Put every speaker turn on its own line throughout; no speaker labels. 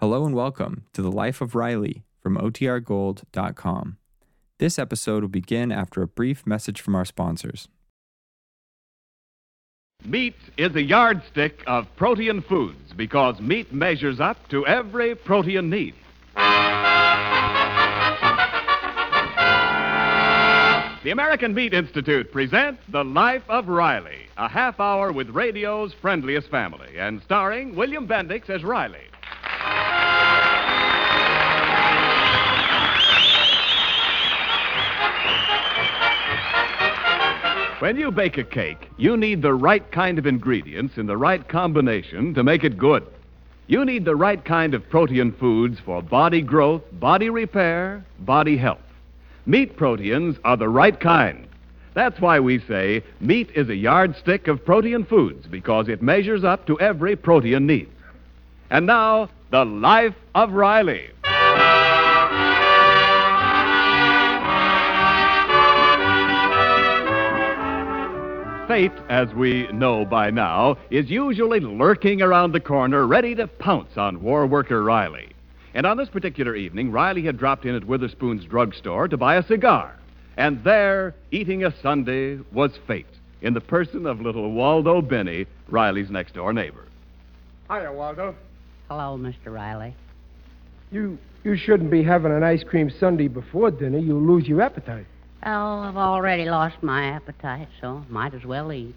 Hello and welcome to The Life of Riley from OTRGold.com. This episode will begin after a brief message from our sponsors.
Meat is a yardstick of protein foods because meat measures up to every protein need. The American Meat Institute presents The Life of Riley, a half hour with radio's friendliest family, and starring William Bendix as Riley. When you bake a cake, you need the right kind of ingredients in the right combination to make it good. You need the right kind of protein foods for body growth, body repair, body health. Meat proteins are the right kind. That's why we say meat is a yardstick of protein foods because it measures up to every protein need. And now, the life of Riley. Fate, as we know by now, is usually lurking around the corner, ready to pounce on war worker Riley. And on this particular evening, Riley had dropped in at Witherspoon's drugstore to buy a cigar. And there, eating a Sunday, was Fate, in the person of little Waldo Benny, Riley's next door neighbor.
Hiya, Waldo.
Hello, Mr. Riley.
You you shouldn't be having an ice cream sundae before dinner. You'll lose your appetite.
Well, Oh, I've already lost my appetite, so might as well eat.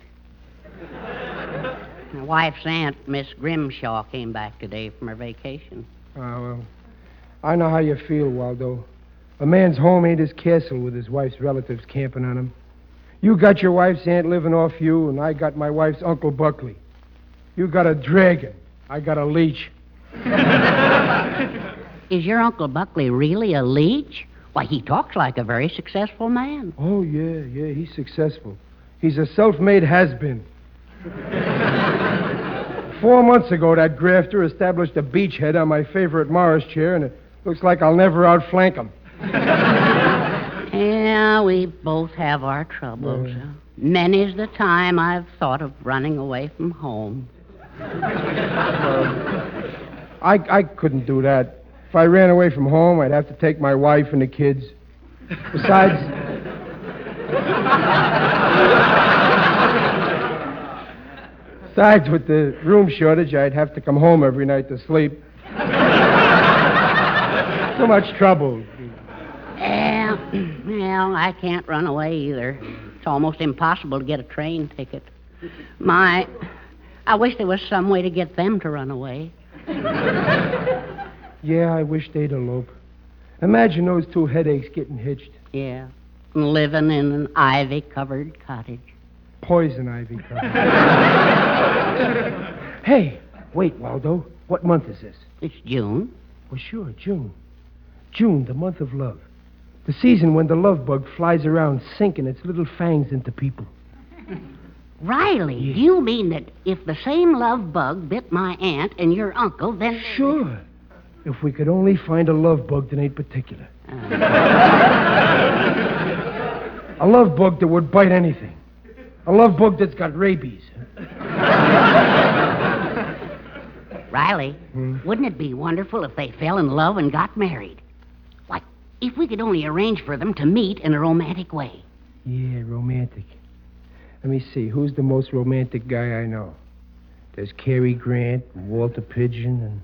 my wife's aunt, Miss Grimshaw, came back today from her vacation.
Ah, well, I know how you feel, Waldo. A man's home ain't his castle with his wife's relatives camping on him. You got your wife's aunt living off you, and I got my wife's Uncle Buckley. You got a dragon. I got a leech.
Is your Uncle Buckley really a leech? Why, he talks like a very successful man.
Oh, yeah, yeah, he's successful. He's a self made has been. Four months ago, that grafter established a beachhead on my favorite Morris chair, and it looks like I'll never outflank him.
Yeah, we both have our troubles. Many's the time I've thought of running away from home.
I, I couldn't do that. If I ran away from home, I'd have to take my wife and the kids. Besides, besides with the room shortage, I'd have to come home every night to sleep. so much trouble.
Yeah, well, I can't run away either. It's almost impossible to get a train ticket. My, I wish there was some way to get them to run away.
Yeah, I wish they'd elope. Imagine those two headaches getting hitched.
Yeah, living in an ivy-covered cottage.
Poison ivy. hey, wait, Waldo. What month is this?
It's June.
Well, sure, June. June, the month of love. The season when the love bug flies around sinking its little fangs into people.
Riley, do you mean that if the same love bug bit my aunt and your uncle, then
Sure. If we could only find a love bug that ain't particular. a love bug that would bite anything. A love bug that's got rabies.
Riley, wouldn't it be wonderful if they fell in love and got married? Like, if we could only arrange for them to meet in a romantic way.
Yeah, romantic. Let me see, who's the most romantic guy I know? There's Cary Grant, and Walter Pigeon, and.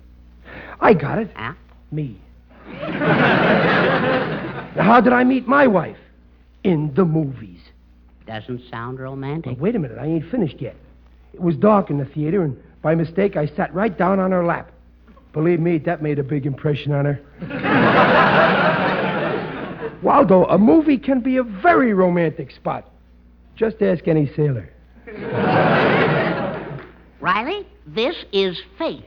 I got it.
Huh?
Me. Now, How did I meet my wife? In the movies.
Doesn't sound romantic.
Now, wait a minute, I ain't finished yet. It was dark in the theater, and by mistake, I sat right down on her lap. Believe me, that made a big impression on her. Waldo, a movie can be a very romantic spot. Just ask any sailor.
Riley, this is fate.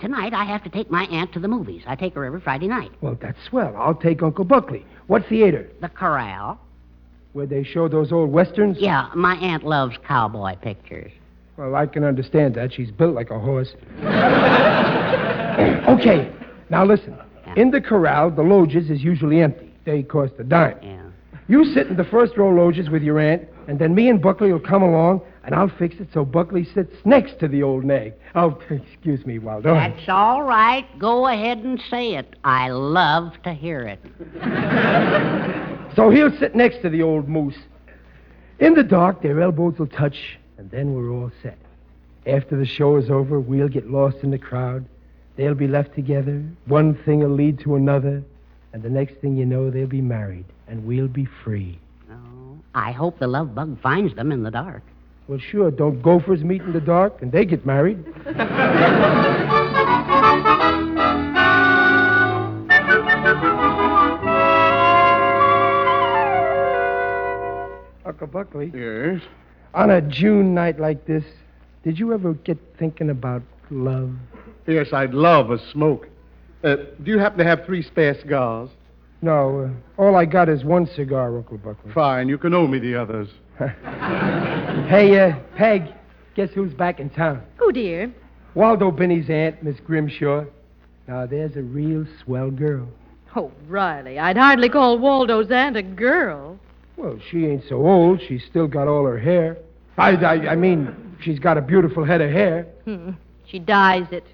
Tonight I have to take my aunt to the movies. I take her every Friday night.
Well, that's swell. I'll take Uncle Buckley. What theater?
The Corral.
Where they show those old westerns?
Yeah, my aunt loves cowboy pictures.
Well, I can understand that. She's built like a horse. okay, now listen. In the corral, the loges is usually empty. They cost a dime.
Yeah.
You sit in the first row loges with your aunt, And then me and Buckley will come along, and I'll fix it so Buckley sits next to the old nag. Oh, excuse me, Waldo.
That's all right. Go ahead and say it. I love to hear it.
So he'll sit next to the old moose. In the dark, their elbows will touch, and then we're all set. After the show is over, we'll get lost in the crowd. They'll be left together. One thing will lead to another. And the next thing you know, they'll be married, and we'll be free.
Oh, I hope the love bug finds them in the dark.
Well, sure, don't gophers meet in the dark, and they get married. Uncle Buckley.
Yes.
On a June night like this, did you ever get thinking about love?
Yes, I'd love a smoke. Uh, do you happen to have three spare cigars?
No, uh, all I got is one cigar, Uncle Buckley.
Fine, you can owe me the others.
Hey, uh, Peg, guess who's back in town?
Oh, dear.
Waldo Binney's aunt, Miss Grimshaw. Now, there's a real swell girl.
Oh, Riley, I'd hardly call Waldo's aunt a girl.
Well, she ain't so old. She's still got all her hair. I, I, I mean, she's got a beautiful head of hair.
Hmm. She dyes it.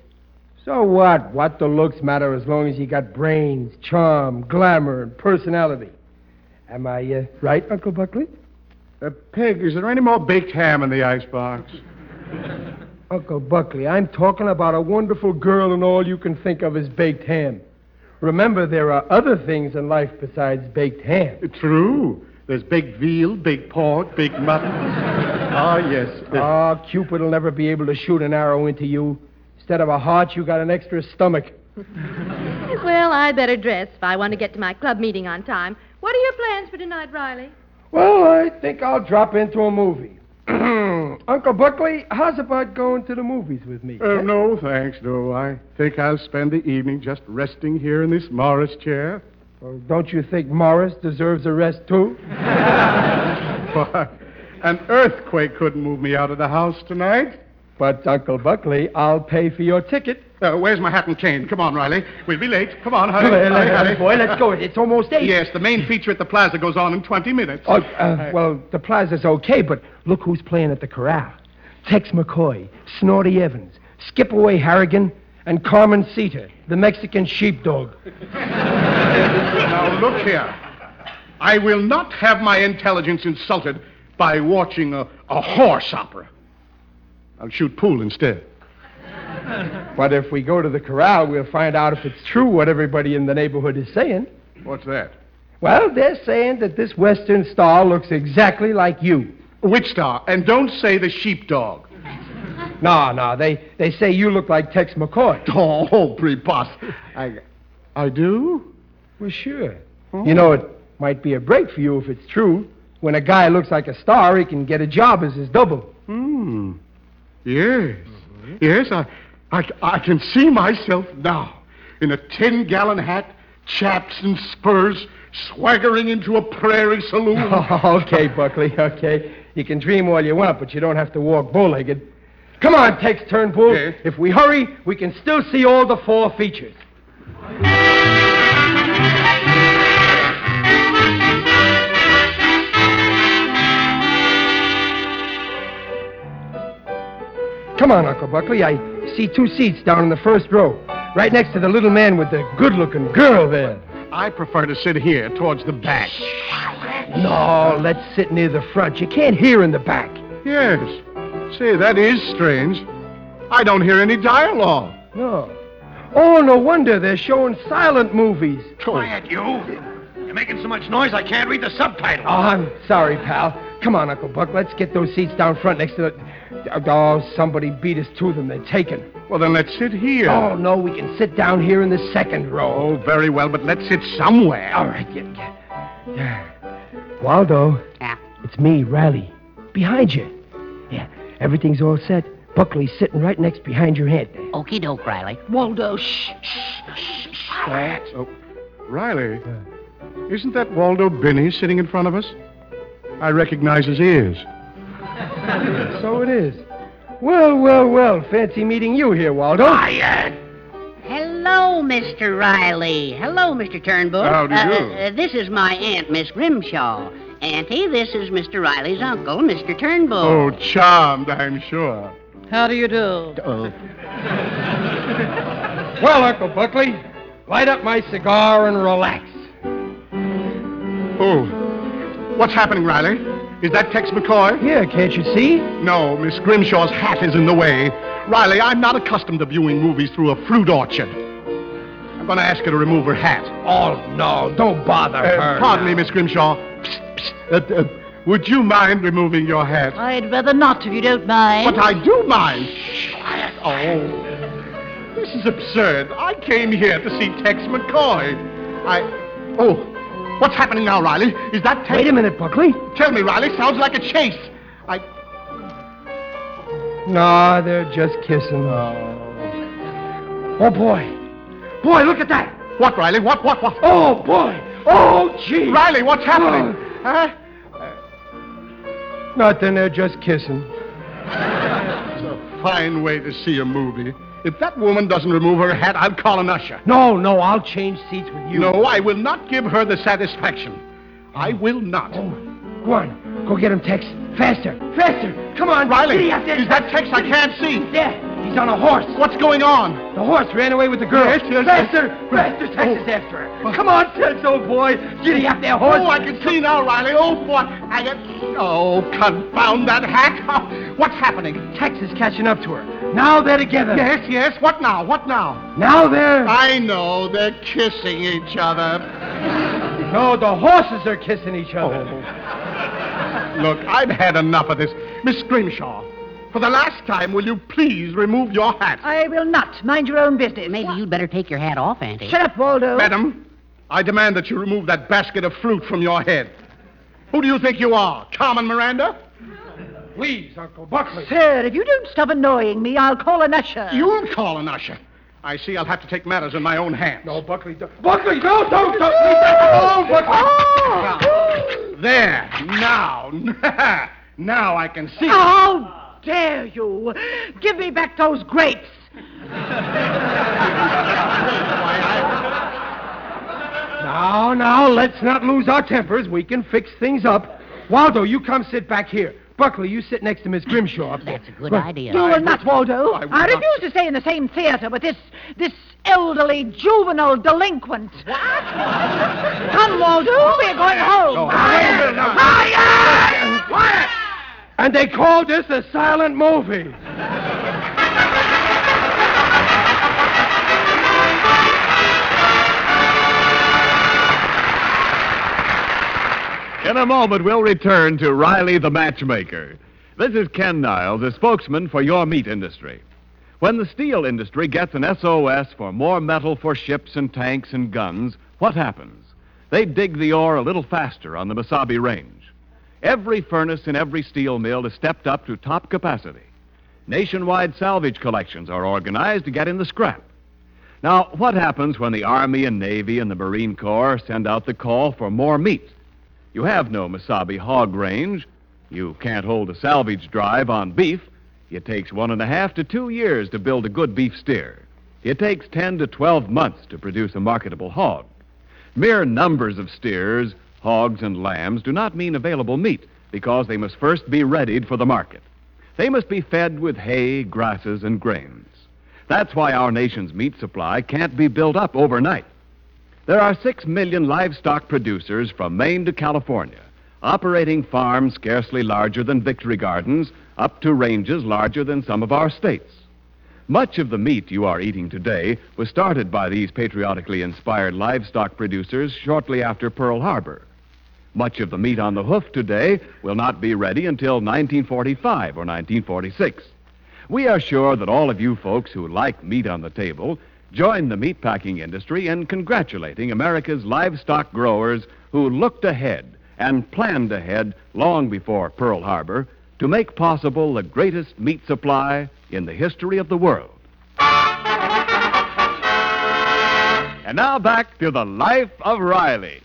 So what? What the looks matter as long as you got brains, charm, glamour, and personality. Am I uh, right, Uncle Buckley?
Uh, Peg, is there any more baked ham in the icebox?
Uncle Buckley, I'm talking about a wonderful girl, and all you can think of is baked ham. Remember, there are other things in life besides baked ham.
True. There's baked veal, baked pork, baked mutton. ah, yes. Uh,
Ah, Cupid will never be able to shoot an arrow into you. Instead of a heart, you got an extra stomach.
Well, I'd better dress if I want to get to my club meeting on time. What are your plans for tonight, Riley?
Well, I think I'll drop into a movie. Uncle Buckley, how's about going to the movies with me?
uh, no, thanks, no. I think I'll spend the evening just resting here in this Morris chair.
Well, don't you think Morris deserves a rest, too?
Why, An earthquake couldn't move me out of the house tonight.
But, Uncle Buckley, I'll pay for your ticket.
Uh, where's my hat and cane? Come on, Riley. We'll be late. Come on, hurry,
Well,
hurry, hurry.
boy, let's go. It's almost eight.
Yes, the main feature at the plaza goes on in 20 minutes.
Oh, uh, well, the plaza's okay, but look who's playing at the corral. Tex McCoy, Snorty Evans, Skipaway Harrigan, and Carmen Sita, the Mexican sheepdog.
Now, look here. I will not have my intelligence insulted by watching a, a horse opera. I'll shoot pool instead.
But if we go to the corral, we'll find out if it's true what everybody in the neighborhood is saying.
What's that?
Well, they're saying that this Western star looks exactly like you.
Witch star. And don't say the sheepdog.
No, no, they, they say you look like Tex McCoy.
Oh, preposterous. I, I do?
Well, sure. Hmm? You know, it might be a break for you if it's true. When a guy looks like a star, he can get a job as his double.
Hmm. Yes. Yes, I, I, I can see myself now in a 10 gallon hat, chaps and spurs, swaggering into a prairie saloon.
okay, Buckley, okay. You can dream all you want, but you don't have to walk bow-legged. Come on, Tex Turnbull.
Yes?
If we hurry, we can still see all the four features. Come on, Uncle Buckley. I see two seats down in the first row, right next to the little man with the good-looking girl there.
I prefer to sit here towards the back.
No, let's sit near the front. You can't hear in the back.
Yes. Say, that is strange. I don't hear any dialogue.
No. Oh, no wonder they're showing silent movies.
Quiet, you. You're making so much noise I can't read the subtitle.
Oh, I'm sorry, pal. Come on, Uncle Buck. Let's get those seats down front next to the. Oh, somebody beat us to them. They're taken.
Well, then let's sit here.
Oh, no, we can sit down here in the second row.
Oh, very well, but let's sit somewhere.
All right, get, get. Yeah. Waldo,
Yeah.
it's me, Riley. Behind you. Yeah, everything's all set. Buckley's sitting right next behind your hand.
Okey doke, Riley.
Waldo, shh,
Quiet. Oh, Riley, isn't that Waldo Binney sitting in front of us? I recognize his ears.
So it is. Well, well, well. Fancy meeting you here, Waldo.
Hello, Mr. Riley. Hello, Mr. Turnbull.
Howdy
Uh,
do.
uh, uh, this is my aunt, Miss Grimshaw, Auntie, this is Mr. Riley's uncle, Mr. Turnbull.
Oh, charmed, I'm sure.
How do you do?
Oh.
Well, Uncle Buckley, light up my cigar and relax.
Oh. What's happening, Riley? Is that Tex McCoy?
Yeah, can't you see?
No, Miss Grimshaw's hat is in the way. Riley, I'm not accustomed to viewing movies through a fruit orchard. I'm going to ask her to remove her hat.
Oh, no, don't bother
Uh, pardon me, Miss Grimshaw. Psst, psst. Uh, uh, would you mind removing your hat?
I'd rather not, if you don't mind.
But I do mind. Quiet. Oh. This is absurd. I came here to see Tex McCoy. I. Oh. What's happening now, Riley? Is that Tex?
Wait a minute, Buckley.
Tell me, Riley. Sounds like a chase. I.
No, they're just kissing. Oh, boy. Boy, look at that.
What, Riley? What, what, what?
Oh, boy. Oh, gee.
Riley, what's happening? huh?
Nothing, they're just kissing.
It's a fine way to see a movie. If that woman doesn't remove her hat, I'll call an usher.
No, no, I'll change seats with you.
No, I will not give her the satisfaction. I will not.
Oh, go on. Go get him, Tex. Faster. Faster. Come on,
Riley,
Giddy up there.
is that Tex? I can't see.
There. He's on a horse.
What's going on?
The horse ran away with the girl.
Yes, Oh, yes,
faster, faster, Tex is after her. Come on, Tex, old boy. Giddy up there, horse.
Oh, I can see now, Riley. Oh, boy. I can... Oh, confound that hat. What's happening?
Tex is catching up to her. Now they're together.
Yes, yes. What now? What now?
Now they're.
I know. They're kissing each other.
No, the horses are kissing each other.
Oh, Look, I've had enough of this. Miss Grimshaw, for the last time, will you please remove your hat?
Uh, oh.
I will not. Mind your own business.
Maybe
What?
you'd better take your hat off, Auntie.
Shut up, Waldo.
Madam, I demand that you remove that basket of fruit from your head. Who do you think you are, Carmen Miranda?
Please, Uncle Buckley.
Sir, if you don't stop annoying me, I'll call an usher.
You'll call an usher. I see I'll have to take matters in my own hands.
No, Buckley, don't. Buckley, no, don't, don't. Leave that alone, Buckley.
Oh!
There, now, now I can
Oh.
see.
How dare you? Give me back those grapes.
Now, now, let's not lose our tempers. We can fix things up. Waldo, you come sit back here. Buckley, you sit next to Miss Grimshaw. up there.
That's a good
Right.
idea.
You will not, Waldo.
I
I,
would not.
refuse to stay in the same theater with this this elderly juvenile delinquent. What? Come, Waldo. We're going home.
No,
Fire!
no, no, no.
Fire! Fire!
And they called this a silent movie.
In a moment, we'll return to Riley the Matchmaker. This is Ken Niles, a spokesman for your meat industry. When the steel industry gets an SOS for more metal for ships and tanks and guns, what happens? They dig the ore a little faster on the Mesabi Range. Every furnace in every steel mill is stepped up to top capacity. Nationwide salvage collections are organized to get in the scrap. Now, what happens when the Army and Navy and the Marine Corps send out the call for more meat? You have no Masabi hog range. You can't hold a salvage drive on beef. It takes one and a half to two years to build a good beef steer. It takes 10 to 12 months to produce a marketable hog. Mere numbers of steers, hogs, and lambs do not mean available meat because they must first be readied for the market. They must be fed with hay, grasses, and grains. That's why our nation's meat supply can't be built up overnight. There are six million livestock producers from Maine to California, operating farms scarcely larger than Victory Gardens, up to ranges larger than some of our states. Much of the meat you are eating today was started by these patriotically inspired livestock producers shortly after Pearl Harbor. Much of the meat on the hoof today will not be ready until 1945 or 1946. We are sure that all of you folks who like meat on the table join the meatpacking industry in congratulating America's livestock growers who looked ahead and planned ahead long before Pearl Harbor to make possible the greatest meat supply in the history of the world. And now back to the life of Riley.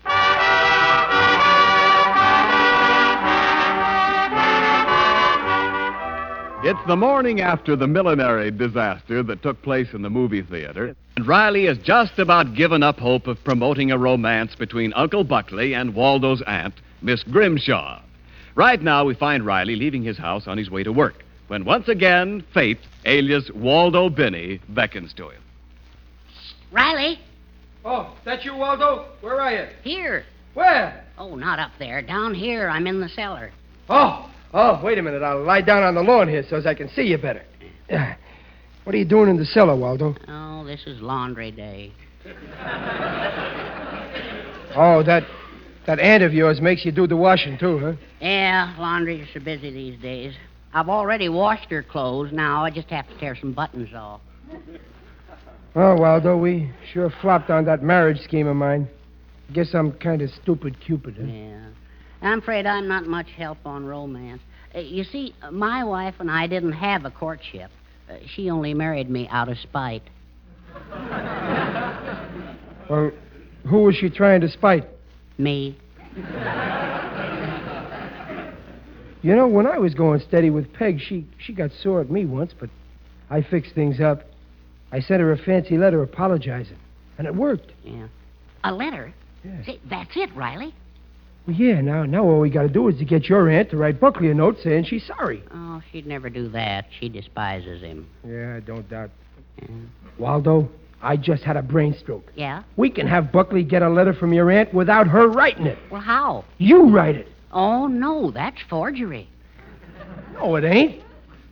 It's the morning after the millinery disaster that took place in the movie theater, and Riley has just about given up hope of promoting a romance between Uncle Buckley and Waldo's aunt, Miss Grimshaw. Right now, we find Riley leaving his house on his way to work when once again fate, alias Waldo Binney, beckons to him.
Riley,
Oh, that you, Waldo? Where are you?
here.
Where?
Oh, not up there. Down here. I'm in the cellar.
Oh, oh, wait a minute. I'll lie down on the lawn here so as I can see you better. Yeah. Uh, What are you doing in the cellar, Waldo?
Oh, this is laundry day.
Oh, that that aunt of yours makes you do the washing too, huh?
Yeah, laundry's so busy these days. I've already washed her clothes. Now I just have to tear some buttons off.
Oh, Waldo, we sure flopped on that marriage scheme of mine. Guess I'm kind of stupid, Cupid. Huh?
Yeah. I'm afraid I'm not much help on romance. Uh, you see, uh, my wife and I didn't have a courtship. Uh, she only married me out of spite.
Well, Uh, who was she trying to spite?
Me.
You know, when I was going steady with Peg, she she got sore at me once, but I fixed things up. I sent her a fancy letter apologizing, and it worked.
Yeah. A letter?
Yeah.
See, that's it, Riley.
Well, yeah. Now, now all we got to do is to get your aunt to write Buckley a note saying she's sorry.
Oh, she'd never do that. She despises him.
Yeah, I don't doubt.
Yeah.
Waldo, I just had a brain stroke.
Yeah?
We can have Buckley get a letter from your aunt without her writing it.
Well, how?
You write it.
Oh, no, that's forgery.
No, it ain't.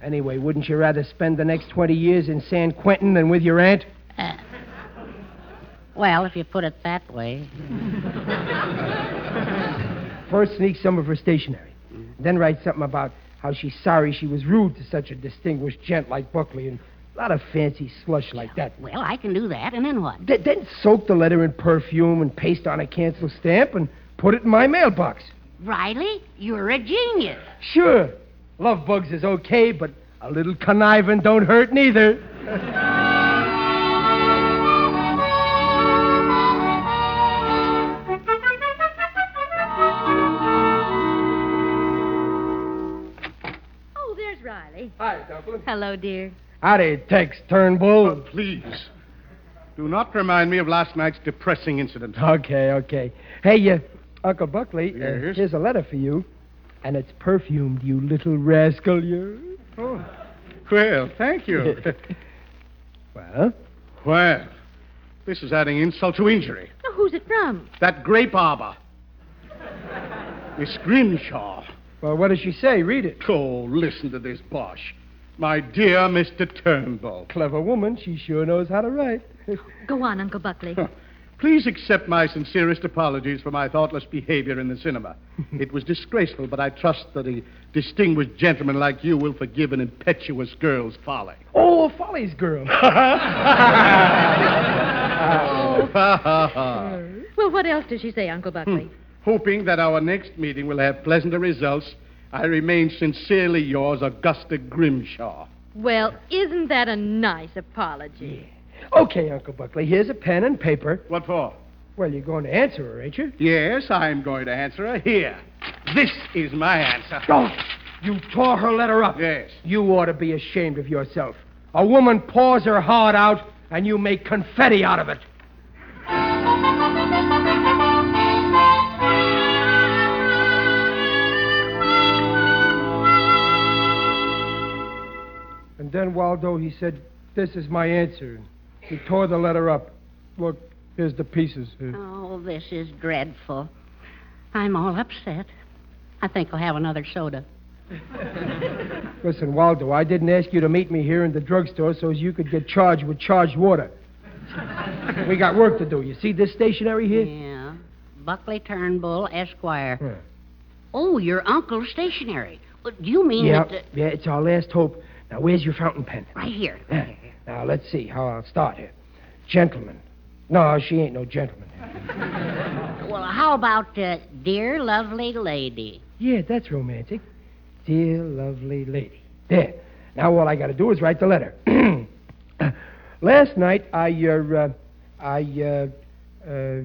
Anyway, wouldn't you rather spend the next 20 years in San Quentin than with your aunt?
Well, if you put it that way.
First, sneak some of her stationery. Then write something about how she's sorry she was rude to such a distinguished gent like Buckley and a lot of fancy slush like that.
Well, I can do that, and then what?
Th- then soak the letter in perfume and paste on a cancel stamp and put it in my mailbox.
Riley, you're a genius.
Sure, love bugs is okay, but a little conniving don't hurt neither.
Oh, there's Riley.
Hi, Dumplin.
Hello, dear.
Howdy, Tex Turnbull.
Please. Do not remind me of last night's depressing incident.
Okay, okay. Hey, uh, Uncle Buckley, uh,
Yes?
here's a letter for you. And it's perfumed, you little rascal, you.
Oh. Well, thank you.
Well?
well, this is adding insult to injury.
Now, who's it from?
That grape arbor. Miss Grimshaw.
Well, what does she say? Read it.
Oh, listen to this bosh. My dear Mr. Turnbull,
Clever woman, she sure knows how to write.
Go on, Uncle Buckley.
please accept my sincerest apologies for my thoughtless behavior in the cinema. it was disgraceful, but I trust that a distinguished gentleman like you will forgive an impetuous girl's folly.
oh, a Follies girl.
well, what else does she say, Uncle Buckley?
Hmm.
Hoping that our next meeting will have pleasanter results, I remain sincerely yours, Augusta Grimshaw.
well, isn't that a nice apology?
okay, Uncle Buckley, here's a pen and paper.
What for?
Well, you're going to answer her, ain't you?
Yes, I'm going to answer her here. This is my answer.
Oh, you tore her letter up.
Yes.
You ought to be ashamed of yourself. A woman pours her heart out, and you make confetti out of it. And then Waldo, he said, This is my answer. And He tore the letter up. Look, here's the pieces. Uh,
Oh, this is dreadful. I'm all upset. I think I'll have another soda.
Listen, Waldo, I didn't ask you to meet me here in the drugstore so as you could get charged with charged water. we got work to do. You see this stationery here?
Yeah. Buckley Turnbull, Esquire. Oh, your uncle's stationery. Uh, Do you mean
Yeah,
that... uh,
yeah, it's our last hope. Now, where's your fountain pen?
right here.
Yeah. Now, let's see how I'll start here. Gentleman. No, she ain't no gentleman.
Well, how about uh, dear lovely lady?
Yeah, that's romantic. Dear lovely lady. There. Now all I got to do is write the letter. Last night I, uh, uh, I, uh, uh,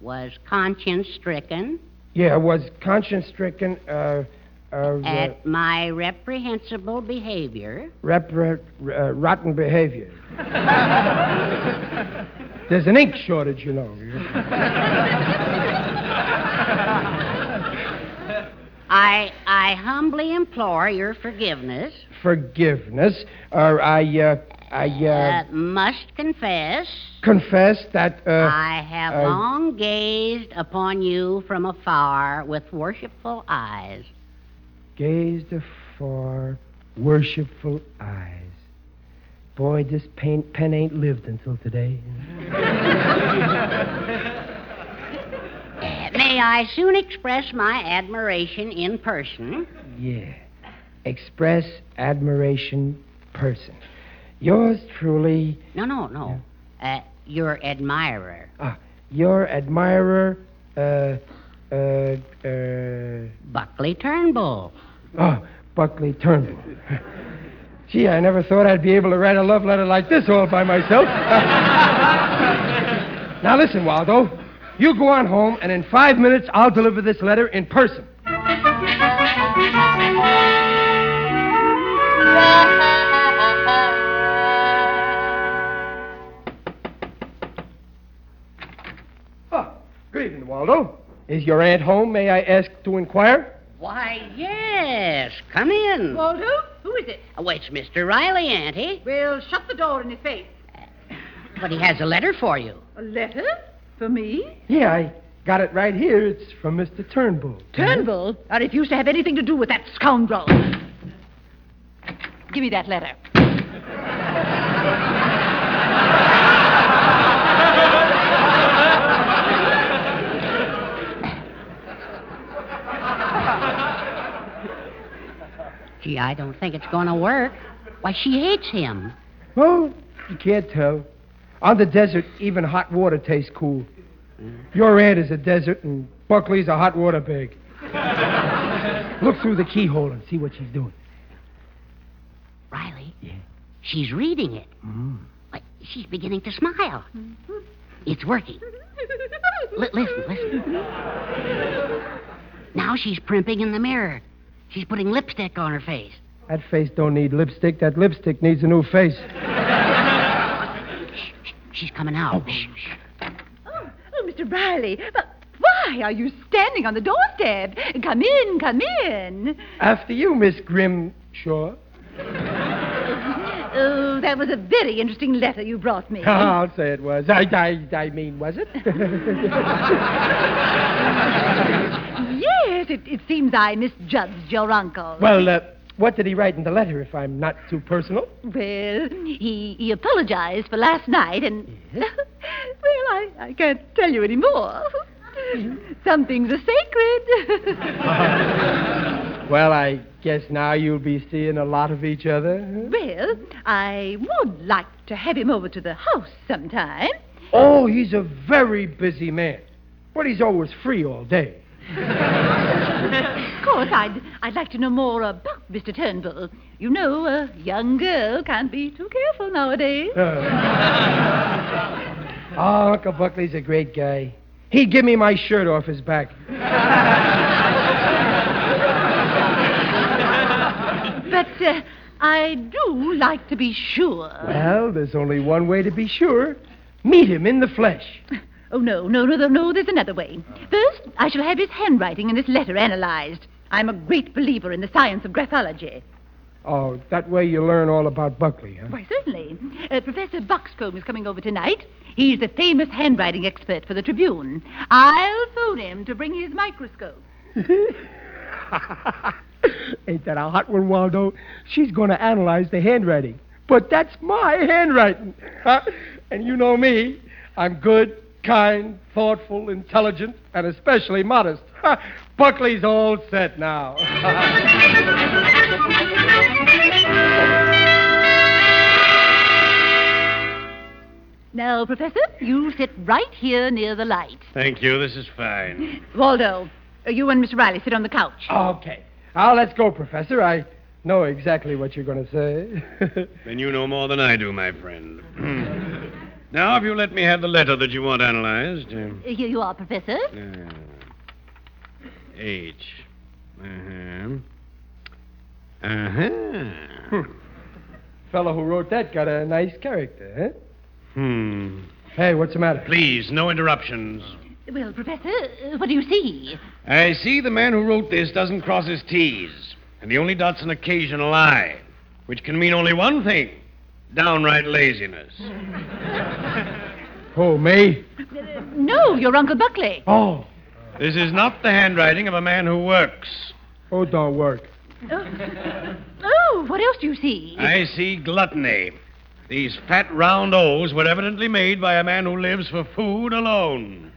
Was conscience stricken
yeah, was conscience stricken, uh, uh, uh,
at my reprehensible behavior.
repre- uh, rotten behavior. There's an ink shortage, you know.
I I humbly implore your forgiveness,
Forgiveness, or I, uh, I, uh,
but must confess
confess that, uh.
I have
uh,
long gazed upon you from afar with worshipful eyes.
Gazed afar, worshipful eyes. Boy, this pen, pen ain't lived until today.
May I soon express my admiration in person?
Yeah. Express admiration person. Yours truly,
No, no, no. Uh, your admirer.
ah, your admirer, uh, uh, uh,
Buckley Turnbull.
oh, Buckley Turnbull. Gee, I never thought I'd be able to write a love letter like this all by myself. now listen, Waldo. You go on home, and in five minutes, I'll deliver this letter in person. Oh, good evening, Waldo. Is your aunt home, may I ask to inquire?
Why, yes. Come in.
Waldo? Who is it?
Oh, it's Mr. Riley, Auntie.
Well, shut the door in his face.
But he has a letter for you.
A letter? For me?
Yeah, I got it right here. It's from Mr. Turnbull.
Turnbull? I refuse to have anything to do with that scoundrel. Give me that letter.
Gee, I don't think it's going to work. Why, she hates him.
Oh, you can't tell. On the desert, even hot water tastes cool. Your aunt is a desert, and Buckley's a hot water bag. Look through the keyhole and see what she's doing.
Riley? Yeah. She's reading it. Why, she's beginning to smile. It's working. Li- listen, listen. Now she's primping in the mirror. She's putting lipstick on her face.
That face don't need lipstick. That lipstick needs a new face.
Shh, shh, she's coming out. Shh, shh.
Oh, oh, Mr. Riley, but why are you standing on the doorstep? Come in, come in.
After you, Miss Grimshaw.
Oh, that was a very interesting letter you brought me.
Ah, I'll say it was. I, I, I mean, was it?
yes, it, it seems I misjudged your uncle.
well, uh, what did he write in the letter, if I'm not too personal?
Well, he, he apologized for last night, and. well, I, I can't tell you any more. Some things are sacred.
Well, I guess now you'll be seeing a lot of each other.
well, I would like to have him over to the house sometime.
Oh, he's a very busy man. But he's always free all day.
Of course, I'd, I'd like to know more about Mr. Turnbull. You know, a young girl can't be too careful nowadays.
Oh, Uh, Uncle Buckley's a great guy. He'd give me my shirt off his back.
But uh, I do like to be sure.
Well, there's only one way to be sure meet him in the flesh.
Oh, no, no, no, no, no, there's another way. First, I shall have his handwriting and this letter analyzed. I'm a great believer in the science of graphology.
Oh, that way you learn all about Buckley, huh?
Why, certainly. Uh, Professor Buxcombe is coming over tonight. He's the famous handwriting expert for the Tribune. I'll phone him to bring his microscope.
Ain't that a hot one, Waldo? She's going to analyze the handwriting. But that's my handwriting. and you know me. I'm good, kind, thoughtful, intelligent, and especially modest. Buckley's all set now.
Now, Professor, you sit right here near the light.
Thank you. This is fine.
Waldo, uh, you and Mr. Riley sit on the couch.
okay. Now, let's go, Professor. I know exactly what you're going to say.
Then you know more than I do, my friend. now, if you let me have the letter that you want analyzed. uh,
Uh, Here you are, Professor.
Uh, H. Uh-huh.
Hmm.
Uh-huh.
Fellow who wrote that got a nice character, huh?
Hmm.
Hey, what's the matter?
Please, no interruptions.
Well, Professor, uh, what do you see?
I see the man who wrote this doesn't cross his T's, and he only dots an occasional I, which can mean only one thing downright laziness.
Oh, me?
Uh, no, your Uncle Buckley.
Oh.
This is not the handwriting of a man who works.
Oh, don't work.
Oh, Oh, what else do you see?
I see gluttony. These fat, round O's were evidently made by a man who lives for food alone.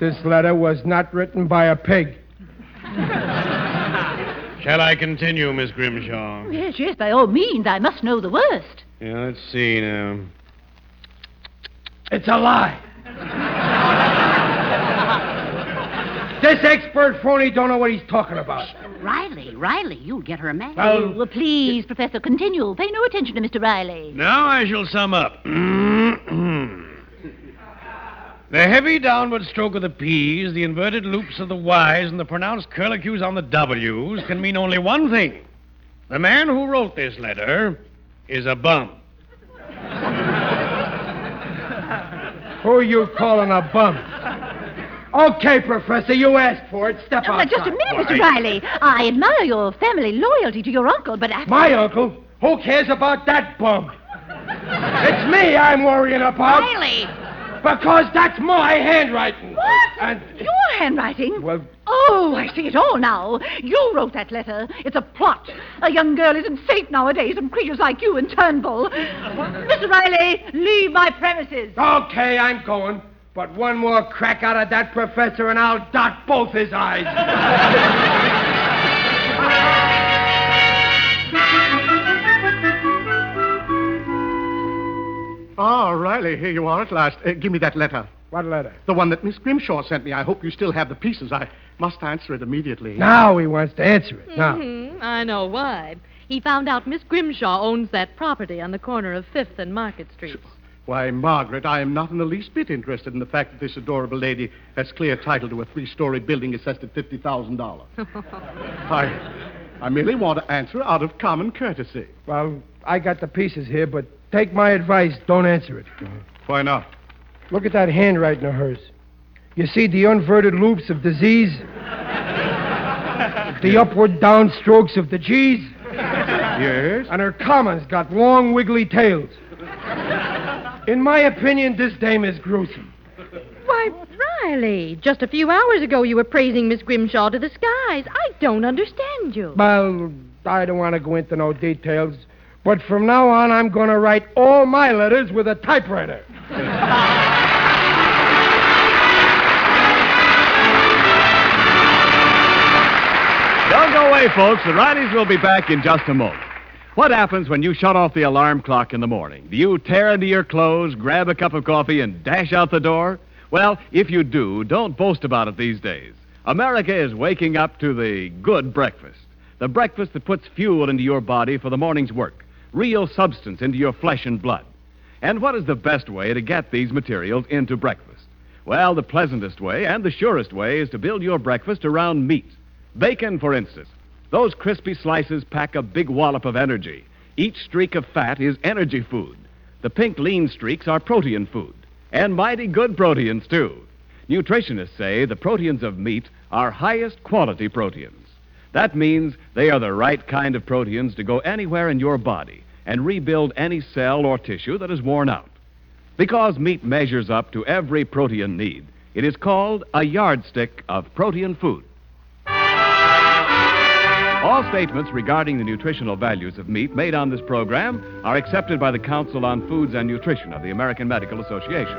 This letter was not written by a pig.
Shall I continue, Miss Grimshaw?
Yes, yes, by all means. I must know the worst.
Yeah, let's see now.
It's a lie. this expert phony don't know what he's talking about.
Riley, Riley, you'll get her mad.
Well-
Oh, please, Professor, continue. Pay no attention to Mr. Riley.
Now I shall sum up. the heavy downward stroke of the P's, the inverted loops of the Y's, and the pronounced curlicues on the W's can mean only one thing. The man who wrote this letter is a bum.
Who you calling a bum?
Okay, Professor, you asked for it. Step
Oh,
outside.
just a minute, Mr. Riley. I admire your family loyalty to your uncle, but I...
My uncle? Who cares about that bum? it's me I'm worrying about.
Riley!
Because that's my handwriting.
What?
And-
Your handwriting?
Well-
Oh, I see it all now. You wrote that letter. It's a plot. A young girl isn't safe nowadays from creatures like you and Turnbull. Mr. Riley, leave my premises.
Okay, I'm going. But one more crack out of that professor, and I'll dot both his eyes.
Ah, Riley, here you are at last. Uh, give me that letter.
What letter?
The one that Miss Grimshaw sent me. I hope you still have the pieces. I must answer it immediately.
Now he wants to answer it. Now.
Mm-hmm.
Hmm, I know why. He found out Miss Grimshaw owns that property on the corner of Fifth and Market Streets.
Why, Margaret, I am not in the least bit interested in the fact that this adorable lady has clear title to a three story building assessed at $50,000. I, I merely want to answer out of common courtesy.
Well, I got the pieces here, but take my advice. Don't answer it.
Why not?
Look at that handwriting of hers. You see the inverted loops of the Z's? the upward downstrokes of the G's?
Yes?
And her commas got long, wiggly tails. In my opinion, this dame is gruesome.
Why, Riley, just a few hours ago you were praising Miss Grimshaw to the skies. I don't understand you.
Well, I don't want to go into no details, but from now on, I'm going to write all my letters with a typewriter.
Don't go away, folks. The Rileys will be back in just a moment. What happens when you shut off the alarm clock in the morning? Do you tear into your clothes, grab a cup of coffee, and dash out the door? Well, if you do, don't boast about it these days. America is waking up to the good breakfast the breakfast that puts fuel into your body for the morning's work, real substance into your flesh and blood. And what is the best way to get these materials into breakfast? Well, the pleasantest way and the surest way is to build your breakfast around meat. Bacon, for instance. Those crispy slices pack a big wallop of energy. Each streak of fat is energy food. The pink lean streaks are protein food, and mighty good proteins, too. Nutritionists say the proteins of meat are highest quality proteins. That means they are the right kind of proteins to go anywhere in your body and rebuild any cell or tissue that is worn out. Because meat measures up to every protein need, it is called a yardstick of protein food. All statements regarding the nutritional values of meat made on this program are accepted by the Council on Foods and Nutrition of the American Medical Association.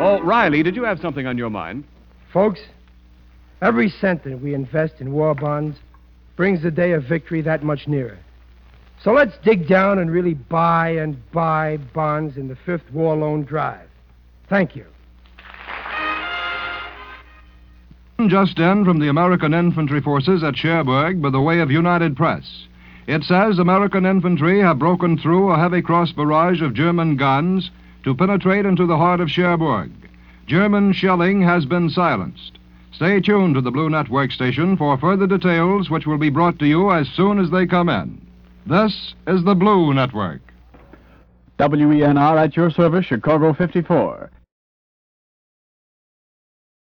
Oh, Riley, did you have something on your mind?
Folks, every cent that we invest in war bonds brings the day of victory that much nearer. So let's dig down and really buy and buy bonds in the Fifth War Loan Drive. Thank you.
Just in from the American Infantry Forces at Cherbourg by the way of United Press. It says American infantry have broken through a heavy cross barrage of German guns to penetrate into the heart of Cherbourg. German shelling has been silenced. Stay tuned to the Blue Network station for further details, which will be brought to you as soon as they come in. This is the Blue Network.
WENR at your service, Chicago 54.